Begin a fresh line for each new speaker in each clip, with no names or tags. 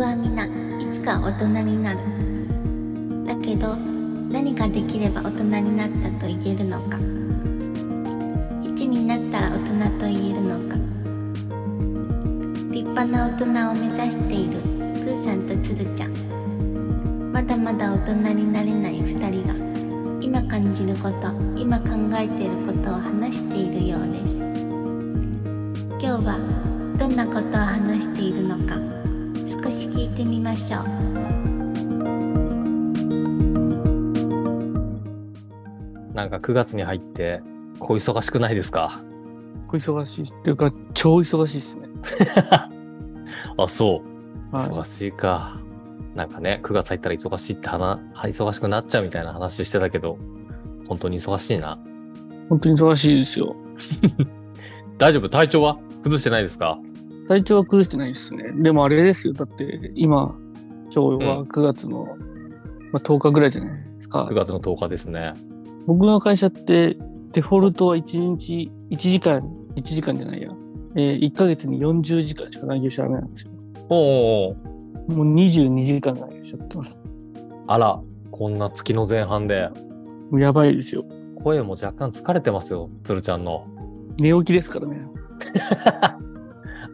はみんないつか大人になるだけど何ができれば大人になったと言えるのか1になったら大人と言えるのか立派な大人を目指しているプーさんとつるちゃんまだまだ大人になれない2人が今感じること今考えていることを話しているようです今日はどんなことを話しているのか少し聞いてみましょう
なんか9月に入って、こう忙しくないですか
結構忙しいっていうか、超忙しいですね。
あ、そう。
は
忙しいか。なんかね、9月入ったら忙しいって話、は忙しくなっちゃうみたいな話してたけど、本当に忙しいな。
い。本当に忙しいですよ。
大丈夫体調は崩してないですか
体調は崩してないですね。でもあれですよ。だって今、今日は9月の、まあ、10日ぐらいじゃないですか
?9。月の10日ですね。
僕の会社ってデフォルトは1日、1時間、1時間じゃないや。えー、1ヶ月に40時間しか内業しちゃダメなんですよ。
おうおう
もう22時間内業しちゃってます。
おうあら、こんな月の前半で、
もうやばいですよ。
声も若干疲れてますよ、つるちゃんの。
寝起きですからね。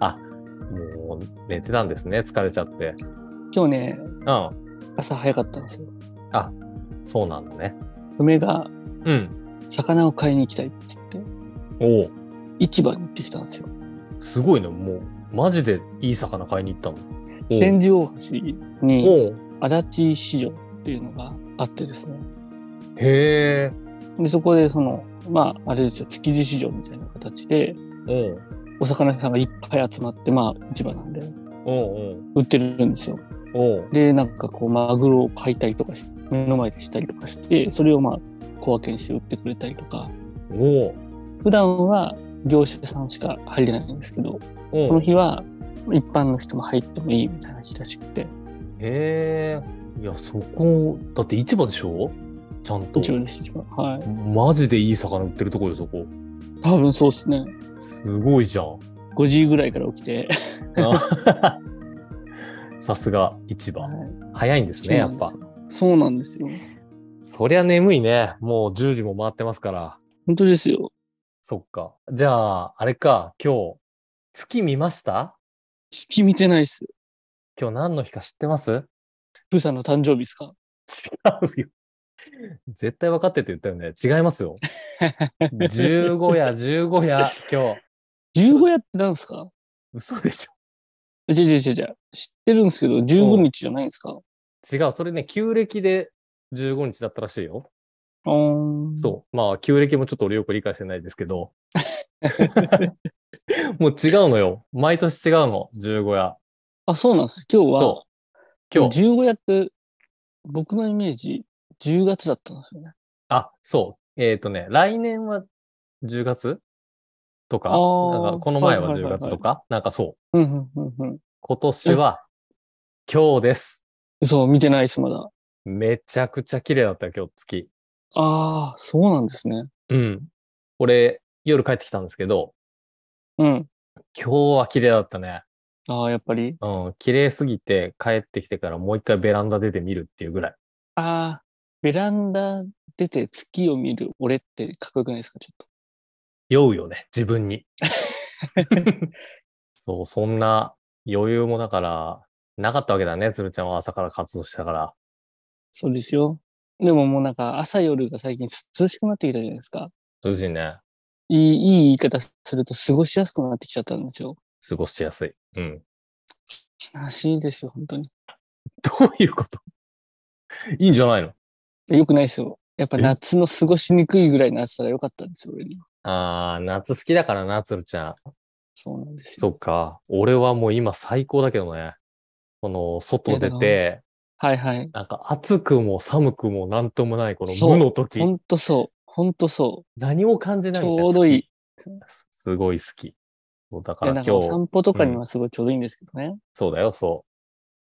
あ、もう寝てたんですね、疲れちゃって。
今日ね、
うん。
朝早かったんですよ。
あ、そうなんだね。
嫁が
うん。
魚を買いに行きたいって言って。
おお。
市場に行ってきたんですよ。
すごいね、もう、マジでいい魚買いに行ったの。
千
お
住大橋に
うおう
足立市場っていうのがあってですね。
へえ。
で、そこでその、まあ、あれですよ、築地市場みたいな形で、
おう
お魚屋さんがいっぱい集まって、まあ、市場なんで、
おう
売ってるんですよ。
おうおう
で、なんかこう、マグロを買いたりとかし、目の前でしたりとかして、それをまあ、小分けにして売ってくれたりとか、
おう
普段は業者さんしか入れないんですけど、こ
お
の
う
日は一般の人も入ってもいいみたいな日らしくて、
へえ。いや、そこ、だって市場でしょちゃんと。
一応です、市場。はい。
マジでいい魚売ってるとこよ、そこ。
多分そうですね。
すごいじゃん。
5時ぐらいから起きて、
あ さすが市場。早いんですね、やっぱ。
そうなんですよ。
そりゃ眠いね。もう10時も回ってますから。
本当ですよ。
そっか。じゃあ、あれか、今日、月見ました
月見てないっす。
今日何の日か知ってます
プーさんの誕生日っすか
違うよ。絶対分かってって言ったよね。違いますよ。十五夜、十五夜、今日。
?15 やってなんすか
嘘でし
違う違う違う違う。知ってるんですけど、15日じゃないんですか
ょ。違う。それね、旧暦で15日だったらしいよ。
あー
そう。まあ、旧暦もちょっと俺よく理解してないですけ ど。もう違うのよ。毎年違うの。十五夜。
あ、そうなんです。今日は、
そう。今日。
15やって、僕のイメージ、10月だったんですよね。
あ、そう。えっ、とね、来年は10月とか、
あー
なんかこの前は
はいはい
10
はいはい
月とか、なんかそう。
うん、うん、うん、うん。
今年は今日です。
そう、見てないっす、まだ。
めちゃくちゃ綺麗だったよ、今日月。
ああ、そうなんですね。
うん。俺、夜帰ってきたんですけど、
うん。
今日は綺麗だったね。
ああ、やっぱり。
うん。綺麗すぎて、帰ってきてからもう一回ベランダ出てみるっていうぐらい。
ああ、ベランダ出て月を見る俺ってかっこよくないですかちょっと。
酔うよね、自分に。 そう、そんな余裕もだから、なかったわけだね、つるちゃんは朝から活動してたから。
そうですよ。でももうなんか朝夜が最近涼しくなってきたじゃないですか。
涼しいね。
いいいい言い方すると過ごしやすくなってきちゃったんですよ。
過ごしやすい。うん。
悲しいですよ、本当に。
どういうこといいんじゃないの
よくないですよ。やっぱ
え
夏の過ごしにくいぐらいの暑さが良かったんですよ、俺には。
あー、夏好きだからな、つるちゃん。
そうなんです
そ
よ。
っか。俺はもう今最高だけどね。この、外出て、
はいはい。
なんか暑くも寒くもなんともない、こ
そ
の
う
無の時
ほ。んとそう。ほんとそ
何も感じ
う。
ない
ち
んだよ
ょうどいい。。い
好き すすごい好き。そうだか
や
ら
な
今
んか
日、
お散歩とかにはすごいちょうどいいんですけどね。
そうだよ、そ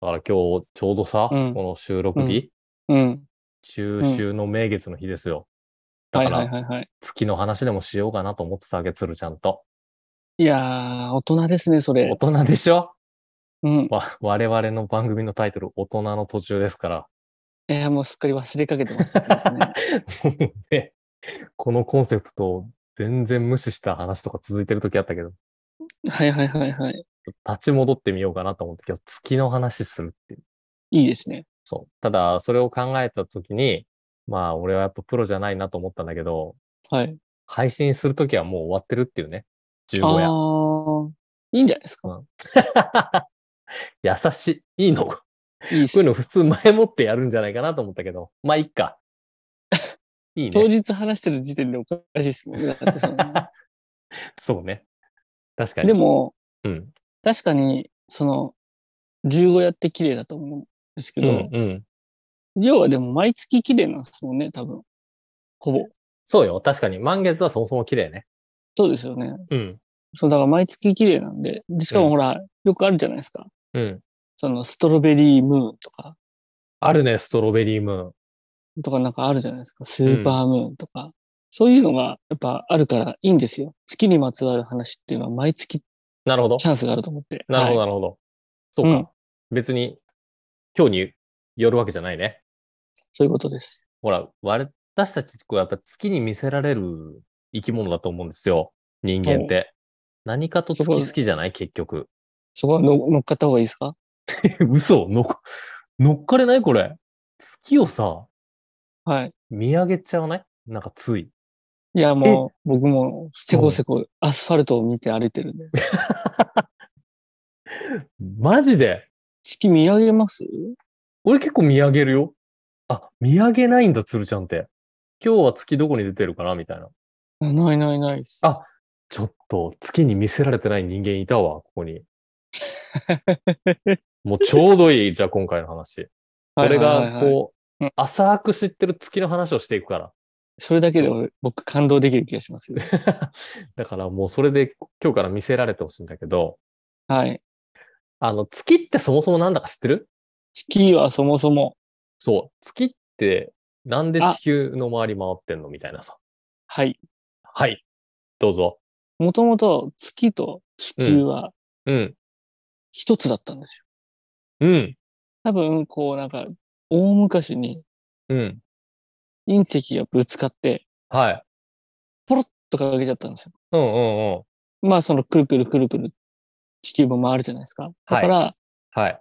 う。だから今日、ちょうどさ、
うん
この収録日、
うん。
中秋の名月の日ですよ。だ
はい
か
はい
ら、
はいはい。ち
月の話でもしようかなと思ってたわけ、つるちゃんと。
いやー、大人ですね、それ
大。人でしょ
うん。
わ我々の番組のタイトル、大人の途中ですから、
いや、もうすっかり忘れかけてましたね、本 当
も
ね
うね、このコンセプトを全然無視した話とか続いてる時あったけど、
はいはいはいはい。
立ち戻ってみようかなと思って、今日月の話するっていう。
いいですね。
そう。ただ、それを考えた時に、まあ、俺はやっぱプロじゃないなと思ったんだけど、
はい。
配信する時はもう終わってるっていうね。
ああ
15夜。
ー、いいんじゃないですか。
優しい。いいのこ
いいっ
ういう
す。
の普通前もってやるんじゃないかなと思ったけど、まあ、いっ か。いい
当
ね。
日話してる時点でおかしいっすもんね。だってそ の
そうね。確かに。
で、も、
うん。
確かに、その、15やって綺麗だと思うんですけ
う
ど、
ん、うん。
要はでも毎月綺麗なんですもんね、多分。ほぼ。
そうよ。確かに。満月はそもそも綺麗ね。
そうですよね。
うん。
そう、だから毎月綺麗なんで。でしか
うん
もほら、よくあるじゃないですか。
うん。
その、ストロベリームーンとか、
あるね、ストロベリームーン。
とかなんかあるじゃないですか。スーパームーンとか。そういうのが、やっぱあるからいいんですよ。月にまつわる話っていうのは毎月チ
なるほど。
ャンスがあると思って。
なるほど、
は
な
い
るほど。そうか。
うん
別に、今日によるわけじゃないね。
そういうことです。
ほら、我私たちってこうやっぱ月に見せられる生き物だと思うんですよ。人間って。何かと月好きじゃない結局。
そこはの乗っかった方がいいですか
嘘のっか、乗っかれないこれ。月をさ、
はい。
見上げちゃわないなんかつい。
いや、もう、僕も、せこせこ、アスファルトを見て歩いてるんで。
マジで
月見上げます
俺結構見上げるよ。あ、見上げないんだ、鶴ちゃんって。今日は月どこに出てるかなみたいな。
あないないないです。
あちょっと月に見せられてない人間いたわ、ここ に。もうちょうどいい、じゃあ今回の話。
は
俺
いはいはいはい
がこ
う、
うん浅く知ってる月の話をしていくから。
それだけで俺僕感動できる気がしますよ。
だからもうそれで今日から見せられてほしいんだけど、
はい。
あの、月ってそもそもなんだか知ってる
月はそもそも、
そう。月ってなんで地球の周り回ってんのみたいなさ。
はい。
はい。どうぞ。
もともと月と地球は
うん。
一つだったんです
う
よ。
ん。
多分、こうなんか、大昔に
うん。
隕石がぶつかって、
はい。
ポロッと掲げちゃったんですよ。
うんうんうん。
まあ、そのくるくるくるくる地球も回るじゃないですか。だから、
はい。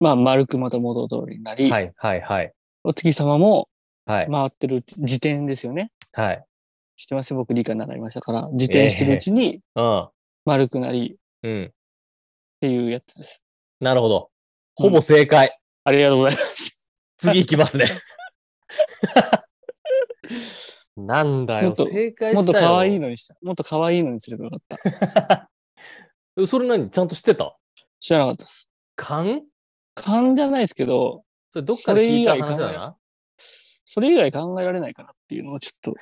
まあ、丸くまた元通りになり、
はい。はい。はい。
お月様も
はい。
回ってるうち自転ですよね。
はい。
知ってます僕理科習いましたから、自転してるうちに
うん。
丸くなりっ
うん。
ていうやつです。
なるほど。ほぼ正解。
ありがとうご ざいます。
次行きますね。なんだ
も
よ、
っと
正解したよ。
もっと可愛い
の。
のにした。もっと可愛いのにすればよかった。
それ何ちゃんと知ってた
知らなかったです。
勘
勘じゃないですけど、
それどっかで聞いた
それ以外
話だ
考え
な。
それ以外考えられないかなっていうのをちょっと。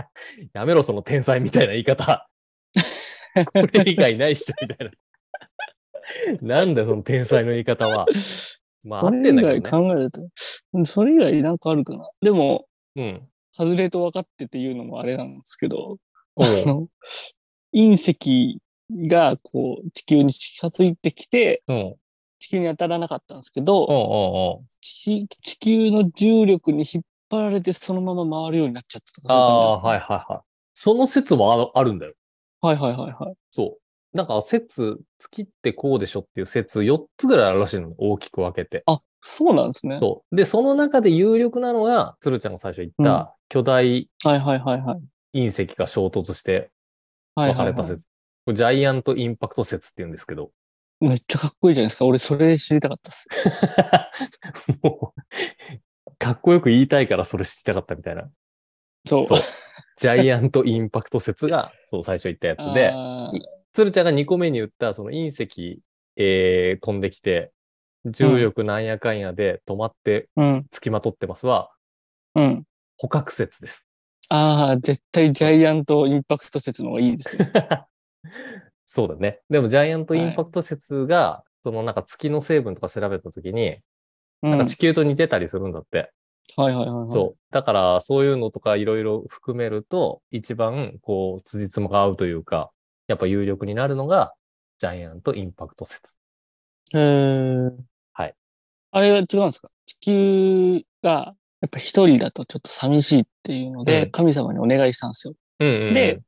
やめろ、その天才みたいな言い方。 これ 以外ないっしょ、みたいな。 なんだよ、その天才の言い方は。まあ
そ
合っ
れ
て
以
んだけどね
外考えると、うんそれ以外なんかあるかな。でも、
うん。
外れと分かってて言うのもあれなんですけど、
おう
あの隕石がこう地球に近づいてきて、
うん。うん
地球に当たらなかったんですけど、
うんうん。
地地球の重力に引っ張られてそのまま回るようになっちゃったとか
ああ、はいいはいはい。その説もあるあるんだよ。
う感じなんですか。はいはいはいはい。
そう。なんか説、月ってこうでしょっていう説4つぐらいあるらしいの。大きく分けて。
あ、そうなんですね。
そう。で、その中で有力なのが、鶴ちゃんが最初言った、巨大
はいはいはいはい。
隕石が衝突して
はい
分か
はい
れた
はい、
説。これジャイアントインパクト説って言うんですけど。
めっちゃかっこいいじゃないですか。俺それ知りたかったです。
もう、かっこよく言いたいからそれ知りたかったみたいな。
そう。
そう。ジャイアントインパクト説が、 そう、最初言ったやつで、
あー
鶴ちゃんが2個目に言った、その隕石、えー飛んできて、重力なんやかんやで止まって
うん、
付きまとってますは、
うん。
捕獲説です。
ああ、絶対ジャイアントインパクト説の方がいいですね。
そうだね。でも、ジャイアントインパクト説が、そのなんか月の成分とか調べたときに、な
うん、
ん
は
か
い
地球と似てたりするんだって。
はいはいはい。
そう。だから、そういうのとかいろいろ含めると、一番、こう、辻褄が合うというか、やっぱ有力になるのが、ジャイアントインパクト説。
へー
はい。
あれは違うんですか地球が、やっぱ一人だとちょっと寂しいっていうので、
うん
神様にお願いしたんですよ。
うんうんうん
で、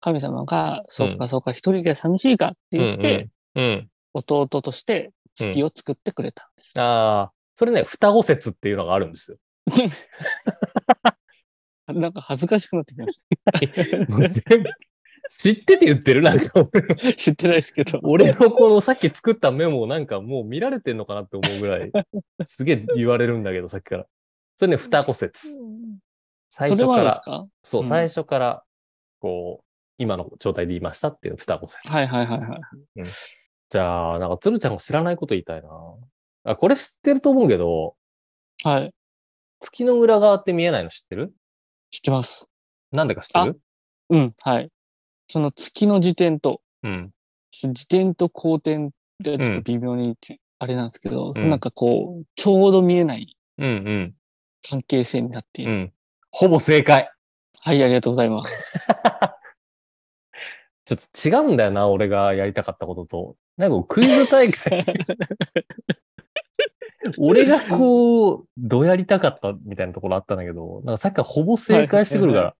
神様が、そっかそっか、一人で寂しいかって言って、
うんうん、うん
弟として月を作ってくれたんです。
ああ、それね、双子説っていうのがあるん ですよ。
なんか恥ずかしくなってきまし
も う全部知ってて言ってるなんか俺の、
た。知ってないですけど。
俺のこのさっき作ったメモをなんかもう見られてんのかなって思うぐらい、 すげえ言われるんだけど、さっきから。それね、双子説。最
そ
初
れは
か
あるんで
ら
す、か
そう、
うん
最初から、こう、今の状態で言いましたっていう双子説。
はいはいはいはい。
じゃあ、なんか、鶴ちゃんが知らないこと言いたいな。あ、これ知ってると思うけど、
はい。
月の裏側って見えないの知ってる
知ってます。
なんでか知ってる
うん、はい。その月の時点と、
うん。
時点と光点がちょっと微妙に、あれなんですけど、そのなんかこう、ちょうど見えない
うんうん。
関係性になっていうる。
ん。ほぼ正解。
はい、ありがとうござい ます。
ちょっと違うんだよな、俺がやりたかったことと。なんかこうクイズ大会。俺がこう、どうやりたかったみたいなところあったんだけど、なんかさっきからほぼ正解してくるか
は
ら。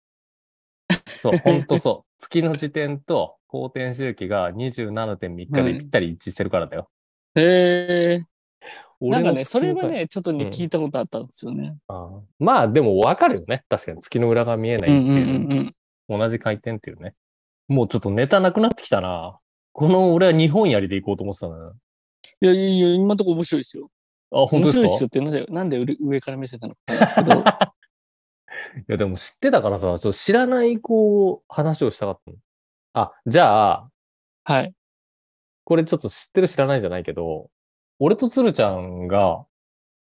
そう、ほんとそう。月の時点と公転周期が27.3日でぴったり一致してるからだよ。
へえ。な
俺
ん
の
かね、
月
そ
の
れ
裏
はね、ちょっと
うん
ね、聞いたことあったんですよね。
あーまあでもわかるよね。確かに月の裏が見えな
う
い
ん
っ
う
て
ん
いう。
うんうん。
同じ回転っていうね。もうちょっとネタなくなってきたな。この俺は日本やりでいこうと思ってたのよ。
いやいやいや、今のとこ面白いですよ。
あ、本
面
当
白い
で
です
す
よ
か
ってなんで、なんで上上から見せたのかなんですけ ど。
いやでも知ってたからさ、ちょっと知らないこう話をしたかったの。あ、じゃあ、
はい。
これちょっと知ってる知らないじゃないけど、俺と鶴ちゃんが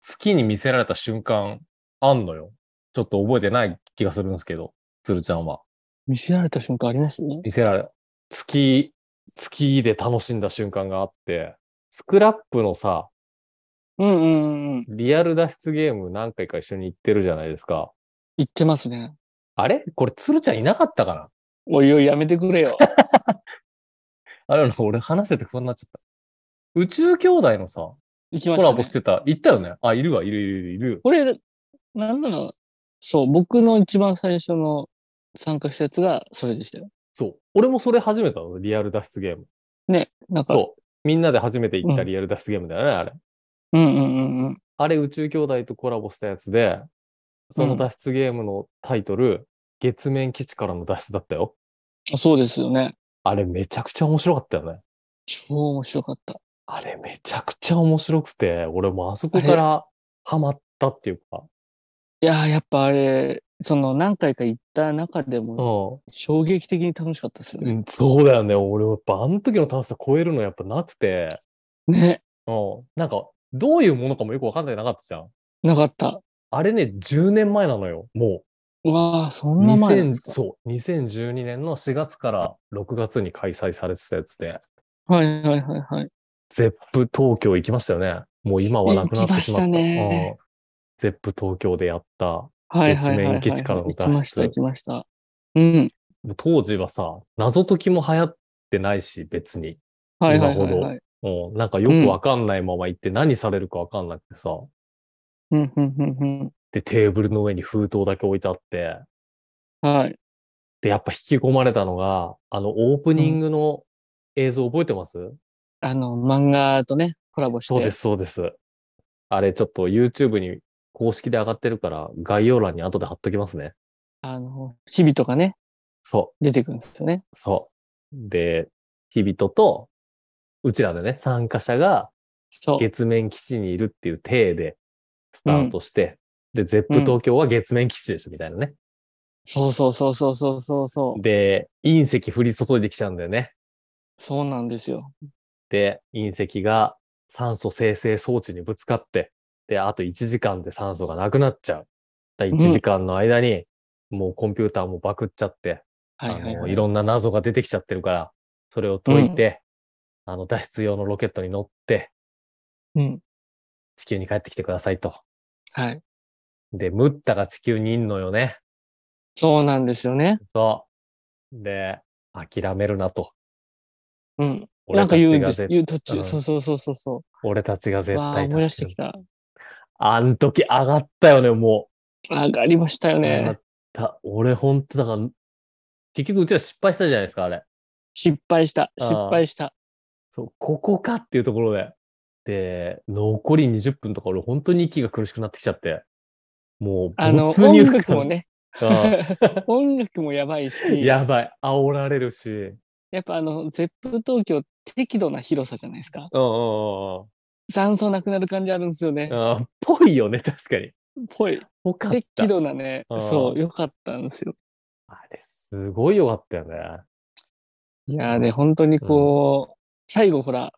月に見せられた瞬間あんのよ。ちょっと覚えてない気がするんですけど、鶴ちゃんは。
見せられた瞬間ありますね。
見せられ、月、月で楽しんだ瞬間があって、スクラップのさ、
うんうんうんうん。
リアル脱出ゲーム何回か一緒に行ってるじゃないですか。
言ってますね。
あれこれ、鶴ちゃんいなかったかな
おいおい、やめてくれよ。
あれ、俺話してて不安になっちゃった。宇宙兄弟のさ、コ
行きました、
ラボ
ね
し。てた、行ったよねあ、いるわ、いるいるいるいる。
これ、なんなのそう、僕の一番最初の参加したやつがそれでしたよ。
そう。俺もそれ初めてなの、リアル脱出ゲーム。
ね。なんか、
そう。みんなで初めて行った
うん
リアル脱出ゲームだよね、あれ。
う。んうんうんうん。
あれ、宇宙兄弟とコラボしたやつで、その脱出ゲームのタイトル、月面基地からの脱出だったよ。
あそうですよね。
あれ、めちゃくちゃ面白かったよね。
超面白かった。
あれめちゃくちゃ面白くて、俺もあそこからハマったっていうか、
いやー、やっぱあれ、その何回か行った中でも
う
衝撃的に楽しかったですよ
ん、う
ね。
んそうだよね。俺やっぱあの時の楽しさ超えるのやっぱなくて、
ね。
うん、なんかどういうものかもよくわかんないなかったじゃん。
なかった。
あれね、10年前なのよ。も、
うわー、そうんな前なん
2000
ですか。
そう、2012年の4月から6月に開催されてたやつで、
はいはいはいはい。
ゼップ東京行きましたよね。もう今はなくなってしまった。
行きましたね
うんゼップ東京でやった。
はいはいはい、はい。
月面基地からの脱出
行きました、行きました。うん。
もう当時はさ、謎解きも流行ってないし、別に。
はいは
今
いはい、
ほど
はい。
もうなんかよくわかんないまま行って何されるかわかんなくてさ、
うん、うん、うん、
で、テーブルの上に封筒だけ置いてあって、
うん。はい。
で、やっぱ引き込まれたのが、あの、オープニングの映像覚えてます、
あの、漫画とね、コラボして。
そうです、。そうです。あれ、ちょっと YouTube に公式で上がってるから、概要欄に後で貼っときますね。
あの、日々とかね、
そ
出てくるんですよね。
う、そう。で、日々とと、うちらでね、参加者が
そう。
月面基地にいるっていう体でスタートして、で、ゼップ東京は月面基地ですみたいなね。
そうそうそうそうそうそうそう。
で、隕石降り注いできちゃうんだよね。
そうなんですよ。
で、隕石が酸素生成装置にぶつかって、で、あと1時間で酸素がなくなっちゃう。だ1
ん
時間の間に、もうコンピューターもバクっちゃって、
はいはい、はい。
あの、いろんな謎が出てきちゃってるから、それを解いて、あの、脱出用のロケットに乗って、
うん。
地球に帰ってきてくださいと。
はい。
で、ムッタが地球にいんのよね。
そうなんですよね。
そう。で、諦めるなと。
うん。なんか言うんです。
俺
言う途
う
中。
ん
そうそうそうそうそ
俺たちが
う。
絶
わあ、
対
思い出し
助
て
け
き
る。
た。
あん時上がったよね、も
上がりましたよ
う。
ね。
上がった。俺ほんと、だから、結局うちら失敗したじゃないですか、あれ。
失敗した。
あー
失敗した。
そう、ここかっていうところで。で、残り20分とか俺本当に息が苦しくなってきちゃって。もう、
あの、
没入
音楽
感
も。ね、
あ
音楽もやばいし、 や
やばい。煽られるし。うんうん
っぱあの、ゼップ東京適度な広さじゃないですか。
うんうん。
残像なくなる感じあるんですよね。
あーぽいよね、確かに。
ぽい。
ぽかった。
適度なね
あー、
そう、良かったんですよ。
あれ、すごい良かったよね。
いやーで、本当にこう、最後ほら、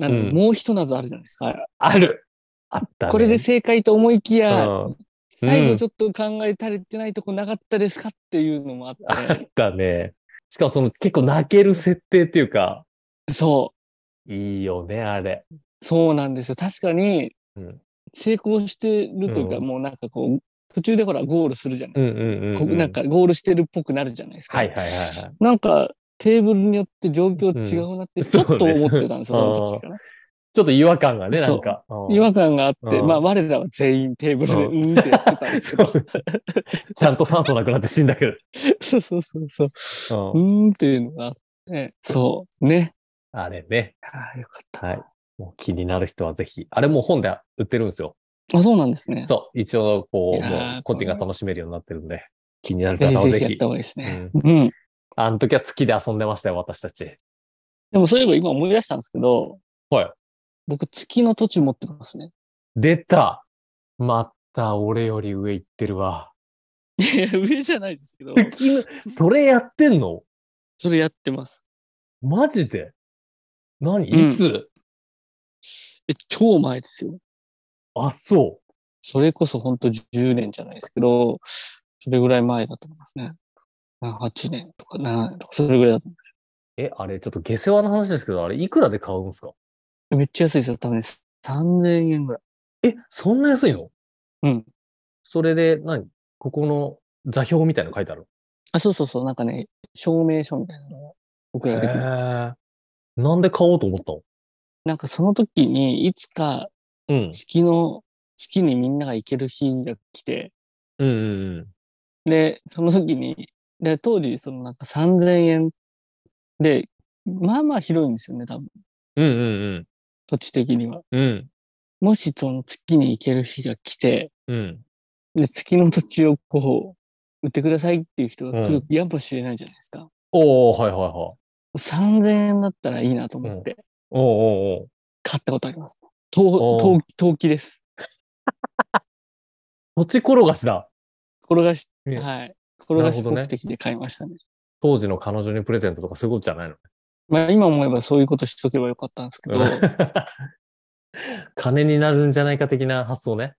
あの
うん
もう一謎あるじゃないですか。
あるあったね。
これで正解と思いきや、
うん
最
う
後
ん
ちょっと考え足りてないとこなかったですかっていうのもあっ、
あってたね。しかもその結構泣ける設定っていうか、
そ
いいよね、あれ。
う、そうなんですよ。確かに
うん。
成功してるというか、
うん
もうなんかこう、途中でほらゴールするじゃな
う
い
ん
で
うん
すか。
うん、
こなん。かゴールしてるっぽくなるじゃないですか。
はいはいはいはい。
なんかテーブルによって状況違うなって
うん
ちょっと思ってた んですよ、
そうね
その時から。
ちょっと違和感がね、な
そうん
か。うん
違和感があって、
うん
まあ我らは全員テーブルでう
うん
ーんってやってたんですけど。
そうちゃんと酸素なくなって死んだけ
そうそうそうそう。
ど。
う
うん
ーんっていうのがあって、そう。ね。
あれね。
ああ、よかった。
はい。もう気になる人はぜひ。あれもう本で売ってるんですよ。
あ、そうなんですね。
そう。一応、こ、
いうやー
もう個人が楽しめるようになってるんで、気になる
ぜ
方は
ひ
ぜ
ぜひやっ
ひ
た。方がいいですね。
う
うん。
あの時は月で遊んでましたよ、私たち。
でもそういえば今思い出したんですけど、
はい。
僕、月の土地持ってますね。
出たまた俺より上行ってる わ。
いや、上じゃないですけど、
それやってんの
それやってます。
マジで何
うん
いつ、
え、超前ですよ。
あ、そ
それこそ本当10年じゃないですけど、それぐらい前だと思いますね。な8年とか7年とか、それぐらいだと思
う。え、あれ、ちょっと下世話の話ですけど、あれ、いくらで買うんすか
う。めっちゃ安いですよ。多分ね、3000円ぐらい。
え、そんな安いの
うん。
それで何、ここの座標みたいなの書いてある
あ、そうそうそう。なんかね、証明書みたいなのが送られてくるんですよ。
へーなんで買おうと思ったの
なんかその時に、いつか
うん。
月の、月にみんなが行ける日が来て、
うんうんうん。
で、その時に、で、当時、そのなんか3000円で、まあまあ広いんですよね、多分。
うんうん
土地的には。
うん。うん。
もしその月に行ける日が来て、
うん。
で、月の土地をこう、売ってくださいっていう人が来るやもしれないじゃないですか。
おー、はいはいはい。
3000円だったらいいなと思って、
おーおーおー。
買ったことあります。
お
陶
う
陶陶器です。
土地転がしだ。
転がし、
ね
はい。転が
なる
し
ほどね
目的で買いましたね。
当時の彼女にプレゼントとかそういうことじゃ ないの
まあ今思えばそういうことしとけばよかったんですけど、
金になるんじゃないか的な発想ね。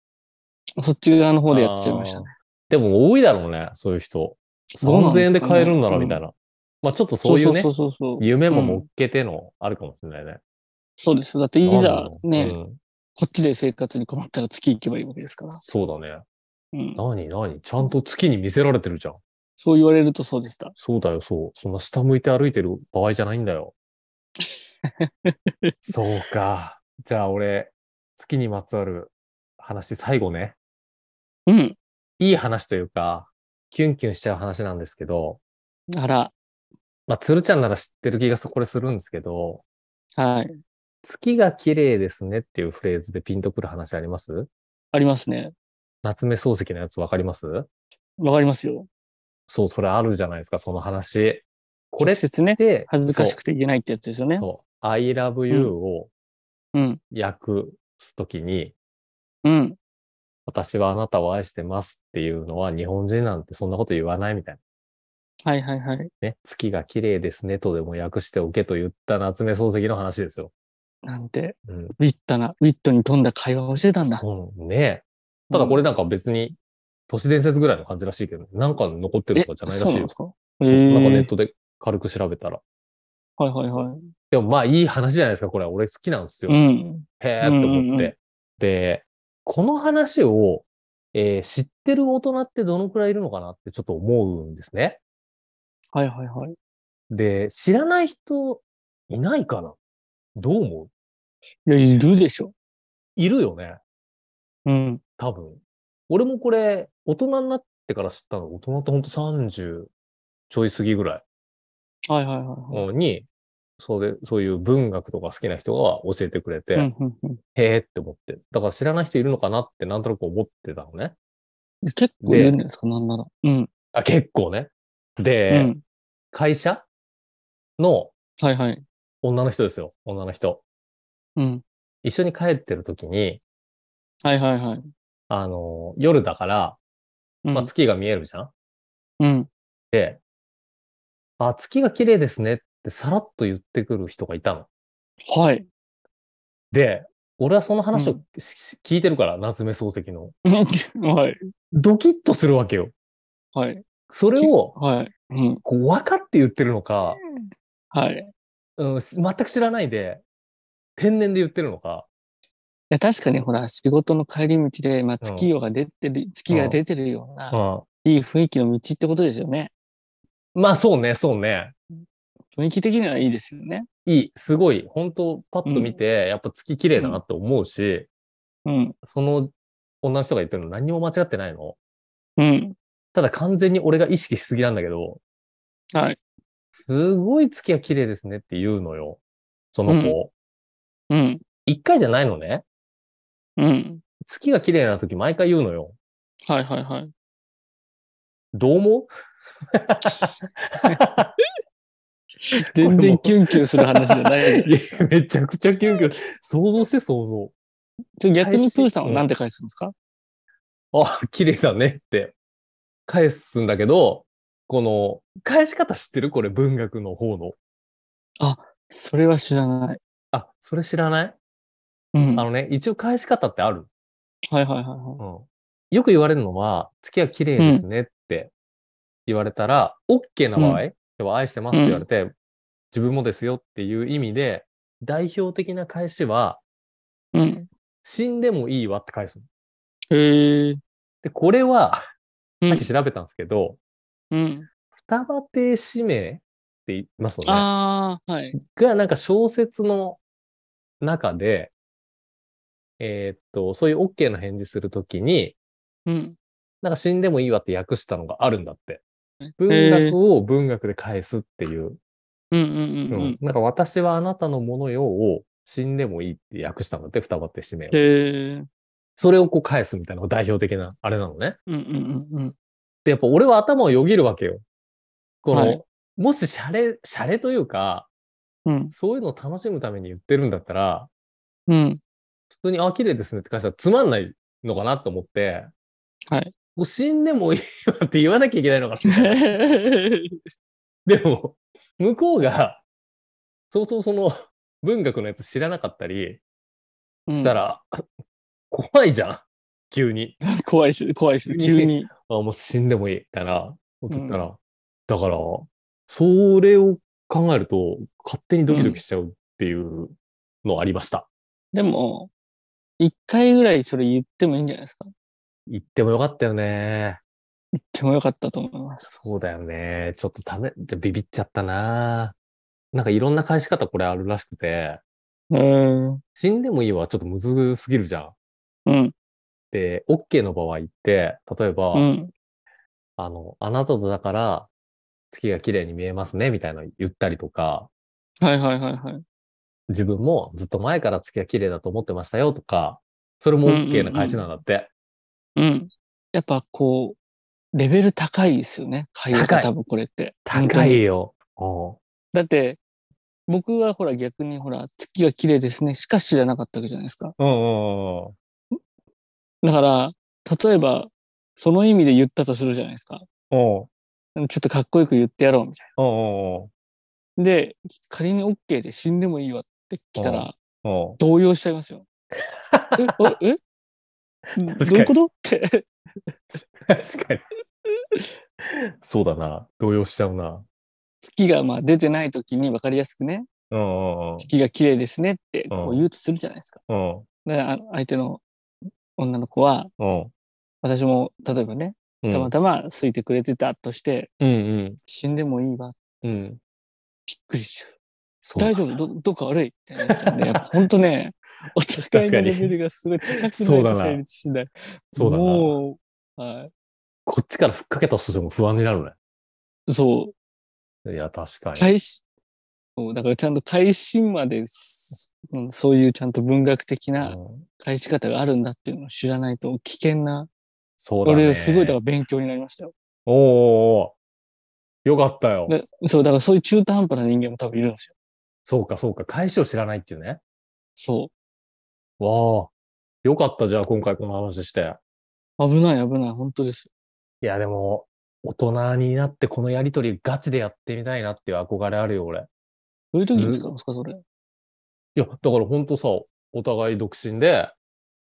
そっち側の方でやっちゃいましたね。
でも多いだろうね、そういう人。
どうなん
3000
ですかね
円で買えるんならみたいな。まあちょっとそういうね、
そうそうそうそう。
夢も持っけてのあるかもしれないね。
そうですよ。だっていざね、
うん
こっちで生活に困ったら月行けばいいわけですから。
そうだね。
うん、
何何ちゃんと月に見せられてるじゃん。
そう言われるとそうでした。
そうだよ、そう。そんな下向いて歩いてる場合じゃないんだ よ。そうか。じゃあ俺、月にまつわる話最後ね。
うん。
いい話というか、キュンキュンしちゃう話なんですけど、
あら、
まあ、鶴ちゃんなら知ってる気がすこれするんですけど、
はい。
月が綺麗ですねっていうフレーズでピンとくる話あります
ありますね。
夏目漱石のやつわかります
わかりますよ。
そう、それあるじゃないですか、その話。これっ
説ね。
て、
恥ずかしくて言えないってやつですよね。
そう、I love you を
うん。
訳すときに、
うん。
私はあなたを愛してますっていうのは日本人なんてそんなこと言わないみたい
はいはいはい。
な。ね、月が綺麗ですねとでも訳しておけと言った夏目漱石の話ですよ。
なんて、
うん。
ウィットな、ウィットに富んだ会話をしてたんだ。
そうね。ただこれなんか別に都市伝説ぐらいの感じらしいけど、なんか残って
うん、
る
え
とかじゃない
そ
ら
う
し
ないん
よ
です。かえ
なんかネッ
ー、
トで軽く調べたら。
はいはいはい。
でもまあいい話じゃないですか、これ。俺好きなんですよ。
う
へ
ん。
えって思
うんう
っ
んう
て。で、この話を、えー知ってる大人ってどのくらいいるのかなってちょっと思うんですね。
はいはいはい。
で、知らない人いないかなどう思う
いや、いるでしょ。
いるよね。
うん。
多分。俺もこれ、大人になってから知ったの、大人ってほんと30ちょい過ぎぐらい
はいはいはいはい。
に、そうで、そういう文学とか好きな人が教えてくれて、
うんうんうん
へーって思って。だから知らない人いるのかなってなんとなく思ってたのね。
結構いるんですか、なんなら。うん。
あ、結構ね。で、
うん。
会社の
はいはい。
女の人ですよ。女の人。
うん。
一緒に帰ってる時に、
はいはいはい。
あの、夜だから、
うん。
まあ、月が見えるじゃん、
うん。
で、あ、月が綺麗ですねってさらっと言ってくる人がいたの。
はい。
で、俺はその話
う
をし聞いてるから、夏目漱石の。
はい。
ドキッとするわけよ。
はい。
それを、
はい。うん。
こう、分かって言ってるのか、
はい。い
うん、し全く知らないで、天然で言ってるのか、
や、確かにほら、仕事の帰り道で、まあ、
うん
月夜が出てる、月が出てるような、
う
いい雰囲気の道ってことですよね。
ん。まあ、そうね、そうね。
雰囲気的にはいいですよね。
いい、すごい、本当パッと見て、やっぱ月綺麗だなって思うし、
うん。
その女の人が言ってるの何にも間違ってないの。
うん。
ただ完全に俺が意識しすぎなんだけど、
はい。
すごい月が綺麗ですねって言うのよ。その子。
うん。
一、回じゃないのね。
うん。
月が綺麗な時毎回言うのよ。
はいはいはい。
どう 思う
全然キュンキュンする話じゃないじゃない
いやめちゃくちゃキュンキュン。想像して想像。
ちょ逆にプーさんは何て返すんですか、
あ、綺麗だねって返すんだけど、この返し方知ってるこれ文学の方の。
それは知らない。
あ、それ知らない
うん。
あ
はい
のね、一応返し方ってある。
はいはいは
うん。よく言われるのは、月は綺麗ですねって言われたら、OK な場合、
う
要は愛してますって言われて、自分もですよっていう意味で、代表的な返しは、
い。うん。
死んでもいいわって返すの。
へえ。
で、これは、
うん
さっき調べたんですけど、
うん。
双葉亭氏名って言いますよね。
ああ、はい。
が、なんか小説の中で、えーっと、そういう OK な返事するときに、
うん。
なんか死んでもいいわって訳したのがあるんだって。
へ
文
ー
学を文学で返すっていう。
うんうんうんう
うんん。なんか私はあなたのものよを死んでもいいって訳したんだって、双葉って使命を。
へえ。
それをこう返すみたいなのが代表的なあれなのね。
うんうんうんうん。
で、やっぱ俺は頭をよぎるわけよ。この、
はい
もしシャレ、シャレというか、
うん。
そういうのを楽しむために言ってるんだったら、
うん。
普通に、あ、綺麗ですねって返したらつまんないのかなと思って、
はい。
もう死んでもいいわって言わなきゃいけないのかと思って でも、向こうが、相当その文学のやつ知らなかったりしたら、怖いじゃん。急に。
うん。怖いっす、怖いっす。急に。
あ、もう死んでもいい。みたいなこと言ったら、だから、それを考えると、勝手にドキドキしちゃうっていうのありました。
でも、一回ぐらいそれ言ってもいいんじゃないですか。
言ってもよかったよね。
言ってもよかったと思います。
そうだよね。ちょっとため、じゃビビっちゃったな。なんかいろんな返し方これあるらしくて、
うん。
死んでもいいはちょっとむずすぎるじゃん。
うん。
で、OK の場合って、例えば、
うん。
あの、あなたとだから月が綺麗に見えますね、みたいなの言ったりとか、
はいはいはいはい。
自分もずっと前から月が綺麗だと思ってましたよとか、それも
うんうんうん
OK な返しなんだって。
うん。やっぱこう、レベル高いですよね。会話
高
が
い
多分これって。
高
本当に
いよ。お
だって、僕はほら逆にほら、月が綺麗ですねしか知らなかったわけじゃないですか。
うんうんうん
だから、例えば、その意味で言ったとするじゃないですか。
うん。
ちょっとかっこよく言ってやろうみたい
うんうんうん
な。で、仮に OK で死んでもいいわって来た
う
ら、
うん。
動揺しちゃいますよ。え、おえど
かに
ういうこと って。
確かに。そうだな。動揺しちゃうな。
月がまあ出てない時に分かりやすくね、
うんうん
月が綺麗ですねってこ
う
うん言うとするじゃないですか。
うん。
だからあ相手の女の子は、
うん。
私も例えばね、
うん。
たまたま空いてくれてたとして、
うんうん。
死んでもいいわ、
うん。
びっくりしちゃう。
そう
大丈夫ど、どっか悪いってなっちゃうんで、やっぱ本当 ね、お互いのレベルがすごい高くないと成立しない。
そうだな。
もう、は
こっちからふっかけたとしても不安になる
い。そう、
ね。いや、確かに。
開始、そうだからちゃんと開始まです、うんそういうちゃんと文学的な
うん
返し方があるんだっていうのを知らないと危険な、
そうだね。
俺すごいだから勉強になりましたよ。
おーおーよかったよ。
でそう、だからそういう中途半端な人間も多分いるんですよ。
そうか、そうか。返しを知らないっていうね。
そ
わあ。よかった、じゃあ今回この話して。
う。危ない危ない、本当です。
いや、でも、大人になってこのやりとりガチでやってみたいなっていう憧れあるよ、俺。
どういう時に使うんですか、それ。
いや、だからほんとさ、お互い独身で、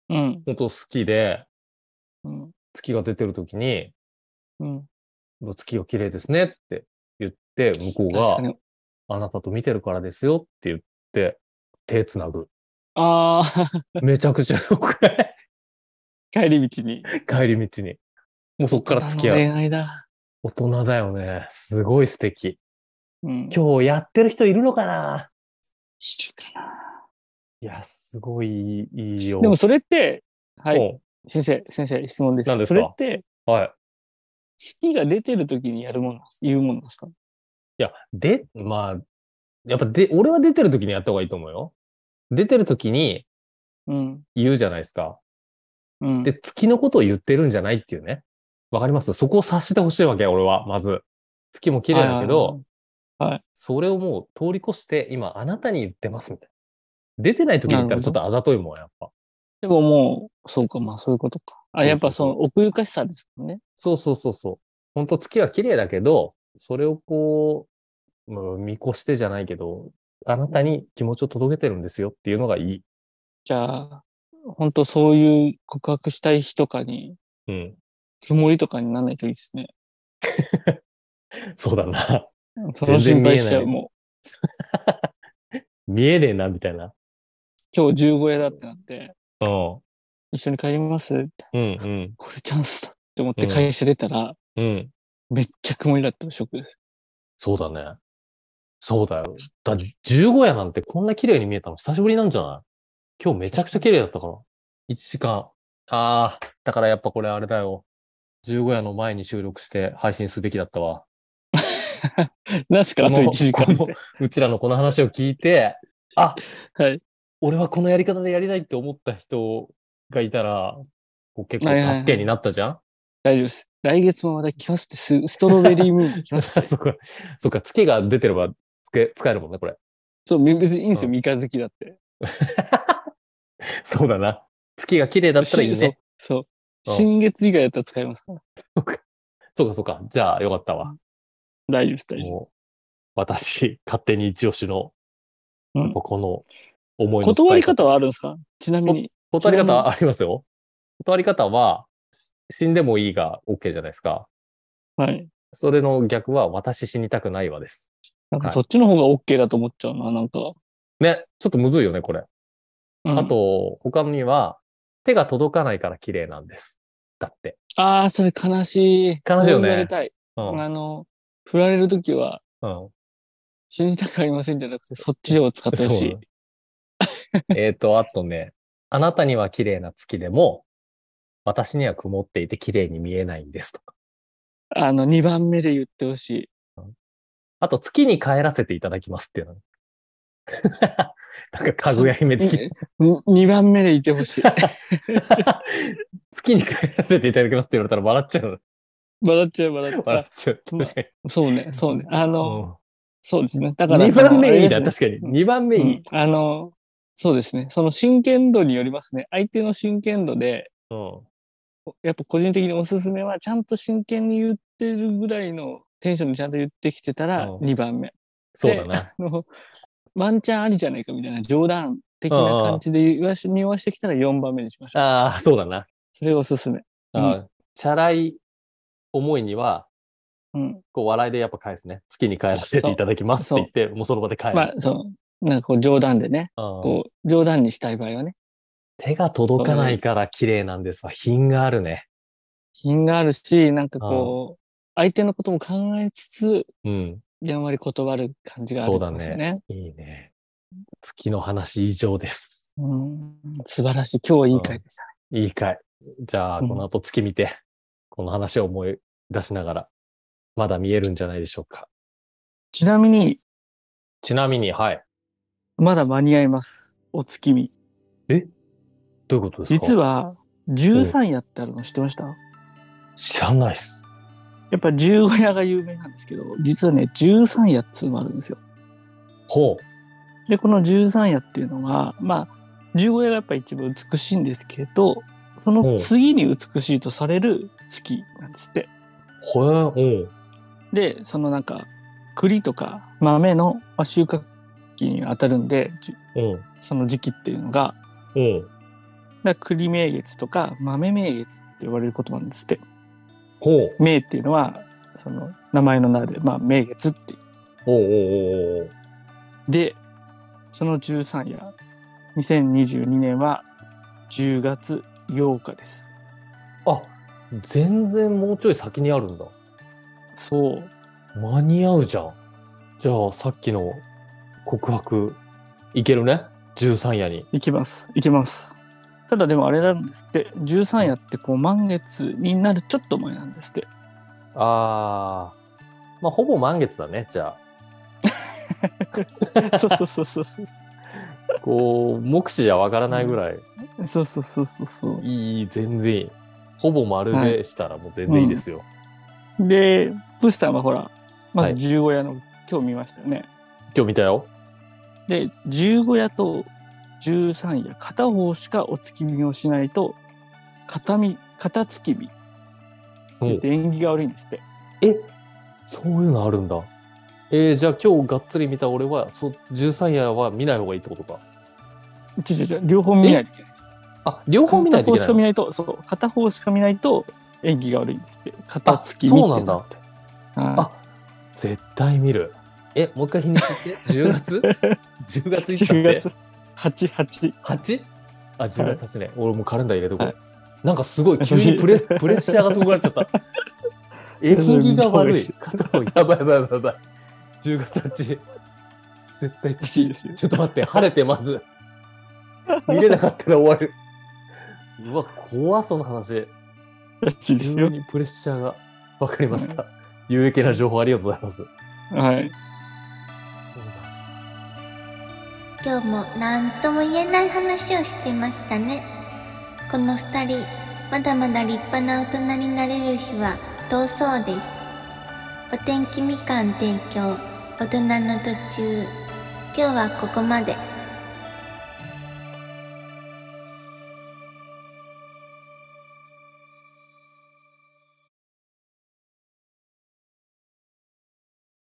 うん。
ほんと好きで、
うん。
月が出てる時に、
うん。
月が綺麗ですねって言って、向こう
確
が
か、に。
あなたと見てるからですよって言って、手つなぐ。
ああ、
めちゃくちゃよくない
帰り道に。
帰り道に。もうそっから付き合
大人
う。
の恋愛だ。
大人だよね。すごい素敵。
うん。今
今日やってる人いるのかな
日かない
や、すごいいいよ。
でもそれって、はい、
うん
先生、先生、質問です。
何ですか
それって、
はい。
月が出てる時にやるものなんです、言うものなんですか
いや、で、まあ、やっぱで、俺は出てる時にやった方がいいと思うよ。出てる時に
うん。
言うじゃないですか。
うん。
で、月のことを言ってるんじゃないっていうね。わかりますそこを察してほしいわけ、俺は、まず。月も綺麗だけ
はいはい
ど、
はいはい
それをもう通り越して、今、あなたに言ってます、みたいな。出てない時に言ったらちょっとあざといもん、やっぱ。
でももう、そうか、まあそういうことか。あ、やっぱその奥ゆかしさですもんね。
そうそうそうそう。本当月は綺麗だけど、それをこう、うん見越してじゃないけど、あなたに気持ちを届けてるんですよっていうのがいい。
じゃあ、本当そういう告白したい日とかに、
うん。
曇りとかにならないといいですね。
そうだな。
その心配しちゃ
全然見えな
う。
い
もう、
見えねえな、みたいな。
今日十五夜だってなって、
うん。
一緒に帰ります
うん、
これチャンスだって思って会社出たら、
うん。うん。
めっちゃ曇りだったらショック です。
そうだね。そうだよ。だ15夜なんてこんな綺麗に見えたの久しぶりなんじゃない今日めちゃくちゃ綺麗だったから。1時間。あー、だからやっぱこれあれだよ。15夜の前に収録して配信すべきだったわ。
なんすかあ
ことの
1時間
こ
って
の。うちらのこの話を聞いて、あ、
はい。
俺はこのやり方でやりたいって思った人がいたら、こう結
はいはいは
構
い
助けになったじゃん、
大丈夫です。来月もまた来ますってス、ストロベリームーン 来ます。
そっか、そっか、月が出てればつけ使えるもんね、これ。
そう、み別にいいんですよ、
うん
三日月だって。
そうだな。月が綺麗だったらいい
そう
ね。。
そう
うん
新月以外だったら使えますから。
そうか、そうか。じゃあ、よかったわ。
大丈夫です、大丈夫で
もう、私、勝手に一押しの、
うん
やっぱこの思い
す。
の伝え
断り方はあるんですかちなみに。
断り
ちなみに
方ありますよ。断り方は、死んでもいいが OK じゃないですか。
はい。
それの逆は、私死にたくないわです。
なんか
はい
そっちの方が OK だと思っちゃうな、なんか。
ね、ちょっとむずいよね、これ。
うん
あ。と、他には、手が届かないから綺麗なんです。だって。
ああ、それ悲しい。
悲しいよね
そう言われたい。
うん。
あの、振られるときは、
うん。
死にたくありませんじゃなくて、そっちを使ってほしい。
そう。 えっと、あとね、あなたには綺麗な月でも、私には曇っていて綺麗に見えないんですとか。
あの、2番目で言ってほしい。
あと、月に帰らせていただきますっていう のね。なんか、かぐや姫 的。
2番目でいてほしい。
月に帰らせていただきますって言われたら笑っちゃう。
笑っちゃう、笑っちゃ
笑っちゃう。確かに。
う。そうね、そうね。あの、
うん
そうですね。だから、
二番目いい
あ
だ、
のあれで
確かに。二番目い
すね
い。
うんあの、そうですね。その真剣度によりますね。相手の真剣度で、
うん。
やっぱ個人的におすすめは、ちゃんと真剣に言ってるぐらいのテンションでちゃんと言ってきてたら、
うん
2番目。
そうだな。
あの、 ワンチャンありじゃないかみたいな冗談的な感じで言わし、見合わしてきたら4番目にしましょう。
ああ、そうだな。
それがおすすめ。
あーチャラい思いには、
うん。
こう笑いでやっぱ返すね。月に帰らせていただきますって言って、もうその場で帰る。
まあ、そう。なんかこう冗談でね、
うん
こう、冗談にしたい場合はね、
手が届かないから綺麗なんですわ。品があるね。
品があるし、なんかこう、相手のことも考えつつ、
うん。
やんわり断る感じがあるんですよね。
いいね。月の話以上です。
うん、素晴らしい。今日はいい回でしたね。
いい回。じゃあ、
うん
この後月見て、この話を思い出しながら、まだ見えるんじゃないでしょうか。
ちなみに、
ちなみに、はい。
まだ間に合います。お月見。
どういうことですか
実は、13やってあるの知ってました
知らないっす。
やっぱ十五夜が有名なんですけど、実はね、13夜っつうのもあるんですよ。
ほう。
で、この13夜っていうのは、まあ、十五夜がやっぱ一番美しいんですけど、その次に美しいとされる月なんですって。
ほえ、おう。
で、そのなんか、栗とか豆のまあ収穫期に当たるんで、じゅ
うん。
その時期っていうのが、
うん。
だから栗名月とか豆名月って呼ばれることなんですって。
ほう。
名っていうのは、その名前の名で、まあ、名月って
おうおうおうおう。
で、その13夜、2022年は10月8日です。
あ、全然もうちょい先にあるんだ。
そう。
間に合うじゃん。じゃあ、さっきの告白、いけるね ?13 夜に。
行きます。行きます。ただでもあれなんですって、13夜ってこう満月になるちょっと前なんですって。
あー。まあ、ほぼ満月だね、じゃ
そうそうそうそうそう。
あ。こう、目視じゃわからないぐらい、
そうそうそうそうそ
いい、全然いい。ほぼ丸でしたらもう全然いいですよ。
う。で、ブースターはほら、まず
はい
十五夜の、今日見ましたよね。
今日見たよ。
で、十五夜と十三夜、片方しかお月見をしないと、片見、片月
う
見。
ん
縁起が悪いんですって。
えそういうのあるんだ。えー、じゃあ今日がっつり見た俺は、そ13夜は見ない方がいいってことか。
違う違う両方見ないといけないです。
あ、両方見ないといけ
片方し
ない
か
の
見ないと、そう、片方しか見ないと演技が悪いんですって。片付き見
そう
っ
な
て
んだ
なって。あ
あ絶対見る。え、もう一回日にちって ?10 月 ?10 月いつだ
10
って
月8、8。
8? あ、10月8ね。俺もうカレンダー入れとこう。
はい
なんかすごい、急にプレプレッシャーがすごくなっちゃ った。えぎが悪い。片方 やばいやばいやばいやばい。10月8。絶対
らしいですよ。
ちょっと待って、晴れてまず。見れなかったら終わる。うわ、怖その話。
らしいです
急
よ。
にプレッシャーが。わかりました。有益な情報ありがとうございます。そう
はい。
だ
今日も何とも言えない話をしてましたねこの2人まだまだ立派な大人になれる日は遠そうですお天気みかん提供大人の途中今日はここまで